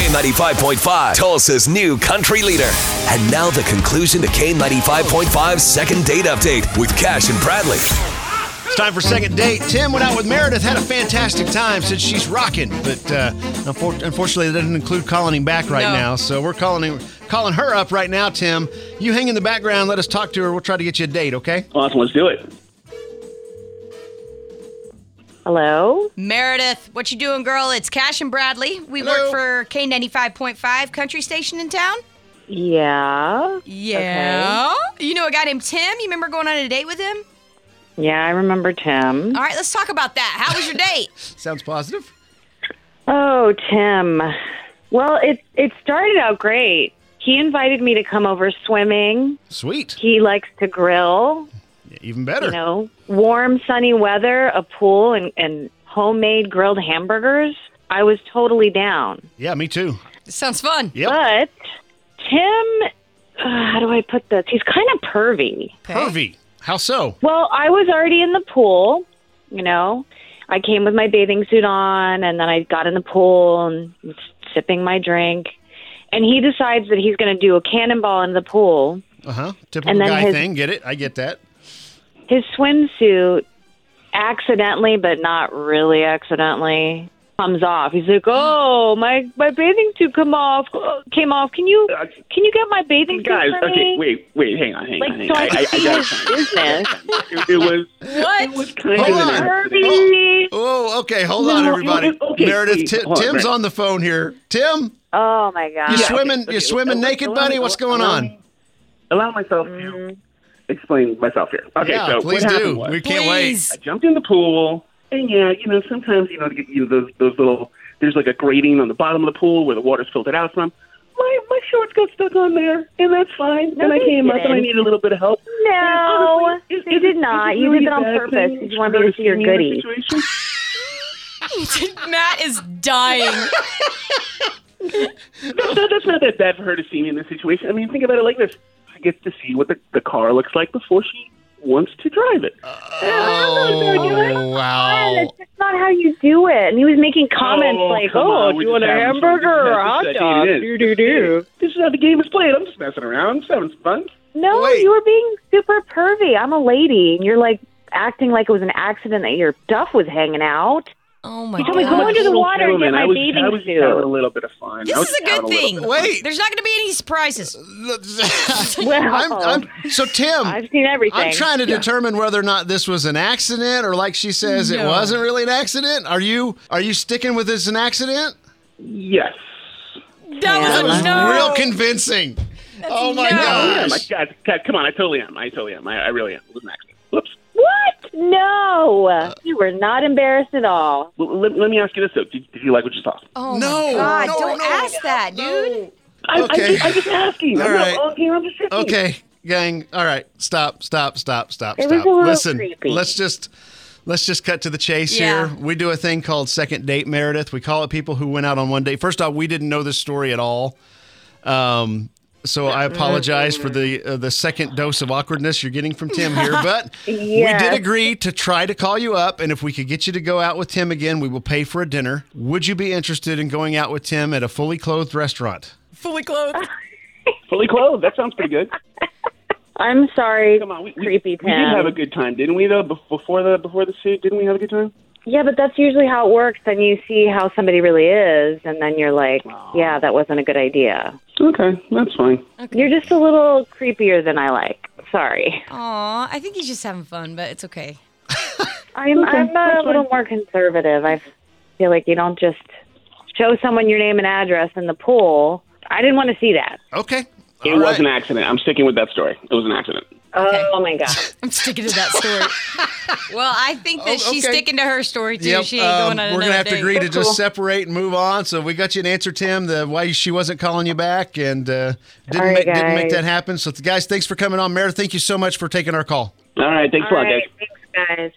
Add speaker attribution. Speaker 1: K95.5, Tulsa's new country leader. And now the conclusion to K95.5's second date update with Cash and Bradley.
Speaker 2: It's time for second date. Tim went out with Meredith, had a fantastic time, said she's rocking, but uh, unfor- unfortunately that doesn't include calling him back right
Speaker 3: No.
Speaker 2: now. So we're calling him, calling her up right now. Tim, you hang in the background. Let us talk to her. We'll try to get you a date. Okay?
Speaker 4: Awesome. Let's do it.
Speaker 5: Hello.
Speaker 3: Meredith, what you doing, girl? It's Cash and Bradley. We work for K95.5 country station in town.
Speaker 5: Yeah.
Speaker 3: Yeah. You know a guy named Tim? You remember going on a date with him?
Speaker 5: Yeah, I remember Tim.
Speaker 3: All right, let's talk about that. How was your date?
Speaker 2: Sounds positive.
Speaker 5: Oh, Tim. Well, it it started out great. He invited me to come over swimming.
Speaker 2: Sweet.
Speaker 5: He likes to grill,
Speaker 2: Even better.
Speaker 5: you know, warm, sunny weather, a pool, and, and homemade grilled hamburgers. I was totally down.
Speaker 2: Yeah, me too.
Speaker 3: This sounds fun.
Speaker 2: Yep.
Speaker 5: But Tim, uh, how do I put this? He's kind of pervy.
Speaker 2: Pervy. How so?
Speaker 5: Well, I was already in the pool, you know. I came with my bathing suit on and then I got in the pool and was sipping my drink. And he decides that he's going to do a cannonball in the pool.
Speaker 2: Uh huh. Typical
Speaker 5: And then
Speaker 2: guy
Speaker 5: his-
Speaker 2: thing. Get it? I get that.
Speaker 5: His swimsuit accidentally, but not really accidentally, comes off. He's like, "Oh, my my bathing suit come off. Came off. Can you can you get my bathing suit
Speaker 4: Guys,
Speaker 5: for
Speaker 4: okay,
Speaker 5: me?"
Speaker 4: wait, wait, hang on, hang on.
Speaker 5: Like
Speaker 4: Hang
Speaker 5: so
Speaker 4: on.
Speaker 5: I can see his business.
Speaker 4: it, it was
Speaker 3: What?
Speaker 4: kind
Speaker 2: Hold
Speaker 4: of
Speaker 2: on.
Speaker 4: an accident.
Speaker 5: Pervy.
Speaker 2: Oh, okay. Hold on,
Speaker 4: No,
Speaker 2: everybody.
Speaker 4: it was- okay,
Speaker 2: Meredith,
Speaker 4: wait,
Speaker 2: Ti-
Speaker 4: hold on,
Speaker 2: Tim's
Speaker 4: Brad.
Speaker 2: on the phone here. Tim,
Speaker 5: Oh my god.
Speaker 2: you swimming?
Speaker 4: okay,
Speaker 2: you swimming
Speaker 4: okay,
Speaker 2: naked,
Speaker 4: allow
Speaker 2: buddy?
Speaker 4: me-
Speaker 2: What's going
Speaker 4: allow
Speaker 2: on?
Speaker 4: me- Allow myself to
Speaker 5: Mm-hmm.
Speaker 4: explain myself here. Okay,
Speaker 2: yeah,
Speaker 4: so
Speaker 2: please
Speaker 4: what happened
Speaker 2: do.
Speaker 4: was-
Speaker 2: We can't wait.
Speaker 3: Please.
Speaker 4: I jumped in the pool, and yeah, you know, sometimes you know, to get, you know those those little there's like a grating on the bottom of the pool where the water's filtered out from. My my shorts got stuck on there, and that's fine.
Speaker 5: No,
Speaker 4: and I
Speaker 5: they
Speaker 4: came up, and I
Speaker 5: didn't.
Speaker 4: needed a little bit of help.
Speaker 5: No,
Speaker 4: And honestly, it-
Speaker 5: you
Speaker 4: it-
Speaker 5: did
Speaker 4: it
Speaker 5: not.
Speaker 4: was
Speaker 5: You
Speaker 4: really
Speaker 5: did that on
Speaker 4: bad
Speaker 5: purpose.
Speaker 4: thing.
Speaker 5: You wanted me to see your
Speaker 4: Seen in that
Speaker 5: goodies.
Speaker 4: situation.
Speaker 3: Matt is dying.
Speaker 4: No, that's not that bad for her to see me in this situation. I mean, think about it like this: she gets to see what the, the car looks like before she wants to drive it.
Speaker 3: Uh.
Speaker 2: Oh, wow.
Speaker 5: That's just not how you do it. And he was making comments
Speaker 4: Oh,
Speaker 5: like,
Speaker 4: come
Speaker 5: "Oh,
Speaker 4: on,
Speaker 5: do
Speaker 4: we
Speaker 5: you want a
Speaker 4: just having fun.
Speaker 5: hamburger
Speaker 4: This is
Speaker 5: or
Speaker 4: how-
Speaker 5: a hot
Speaker 4: this is how
Speaker 5: dog?"
Speaker 4: dating is.
Speaker 5: Do do do.
Speaker 4: This is how the game is played. I'm just messing around. I'm just having some fun.
Speaker 5: No,
Speaker 2: Wait.
Speaker 5: you were being super pervy. I'm a lady, and you're like acting like it was an accident that your duff was hanging out.
Speaker 3: Oh my
Speaker 5: You told me
Speaker 3: god.
Speaker 5: go into the
Speaker 4: Little
Speaker 5: water and get
Speaker 4: gentleman,
Speaker 5: my
Speaker 4: I was,
Speaker 5: bathing
Speaker 4: I was
Speaker 5: suit.
Speaker 4: having a little bit of fun. I
Speaker 3: This
Speaker 4: was
Speaker 3: is a
Speaker 4: having
Speaker 3: good
Speaker 4: little
Speaker 3: thing.
Speaker 4: bit of fun.
Speaker 2: Wait.
Speaker 3: There's not going to be any surprises.
Speaker 5: Well,
Speaker 2: I'm, I'm, so, Tim,
Speaker 5: I've seen everything.
Speaker 2: I'm trying to determine whether or not this was an accident or, like she says, it
Speaker 3: No.
Speaker 2: wasn't really an accident. Are you are you sticking with this an accident?
Speaker 4: Yes.
Speaker 3: That was
Speaker 5: Yeah.
Speaker 3: a no.
Speaker 2: Real convincing. oh my
Speaker 3: no.
Speaker 4: Yeah,
Speaker 2: gosh.
Speaker 4: my God, God, come on. I totally am. I totally am. I, I really am. It was an accident. Whoops.
Speaker 5: What? No, you were not embarrassed at all.
Speaker 4: Well, let, let me ask you this, though. Did, did you like what you saw?
Speaker 3: oh
Speaker 2: No,
Speaker 3: my god.
Speaker 2: no,
Speaker 3: Don't
Speaker 2: no,
Speaker 3: ask that, dude.
Speaker 4: I,
Speaker 2: Okay.
Speaker 4: I, just- I'm just asking.
Speaker 2: All
Speaker 4: I'm
Speaker 2: right.
Speaker 4: not on here. I'm just asking.
Speaker 2: Okay, gang. All right, stop, stop, stop, stop,
Speaker 5: It was
Speaker 2: stop.
Speaker 5: a little
Speaker 2: Listen,
Speaker 5: creepy.
Speaker 2: let's just let's just cut to the chase
Speaker 3: Yeah.
Speaker 2: here. We do a thing called second date Meredith. We call it people who went out on one date. First off, we didn't know this story at all. Um, so I apologize for the uh, the second dose of awkwardness you're getting from Tim here, but we did
Speaker 5: Yes.
Speaker 2: agree to try to call you up, and if we could get you to go out with Tim again, we will pay for a dinner. Would you be interested in going out with Tim at a fully clothed restaurant?
Speaker 3: Fully clothed.
Speaker 4: Fully clothed. That sounds pretty good.
Speaker 5: I'm sorry,
Speaker 4: Come on. We, we,
Speaker 5: creepy
Speaker 4: we did
Speaker 5: Tim.
Speaker 4: have a good time, didn't we, though? Bef- Before the before the suit, didn't we have a good time?
Speaker 5: Yeah, but that's usually how it works. Then you see how somebody really is, and then you're like, yeah, that wasn't a good idea.
Speaker 4: Okay, that's fine.
Speaker 5: You're just a little creepier than I like. Sorry.
Speaker 3: Aw, I think he's just having fun, but it's okay.
Speaker 5: I'm, I'm uh, a little more conservative. I feel like you don't just show someone your name and address in the pool. I didn't want to see that.
Speaker 2: Okay.
Speaker 4: It
Speaker 2: All
Speaker 4: was
Speaker 2: right.
Speaker 4: an accident. I'm sticking with that story. It was an accident.
Speaker 5: Oh, my God.
Speaker 3: I'm sticking to that story. well, I think that
Speaker 2: Oh,
Speaker 3: she's
Speaker 2: okay.
Speaker 3: sticking to her story too.
Speaker 2: Yep,
Speaker 3: she ain't
Speaker 2: um,
Speaker 3: going on
Speaker 2: we're
Speaker 3: another
Speaker 2: gonna have
Speaker 3: date.
Speaker 2: to agree to just separate and move on. So we got you an answer, Tim. The why she wasn't calling you back and uh, didn't
Speaker 5: All right,
Speaker 2: make, didn't make
Speaker 5: guys.
Speaker 2: that happen. So guys, thanks for coming on, Meredith. Thank you so much for taking our call.
Speaker 4: All right, thanks
Speaker 5: All
Speaker 4: a lot,
Speaker 5: right.
Speaker 4: guys.
Speaker 5: Thanks, guys.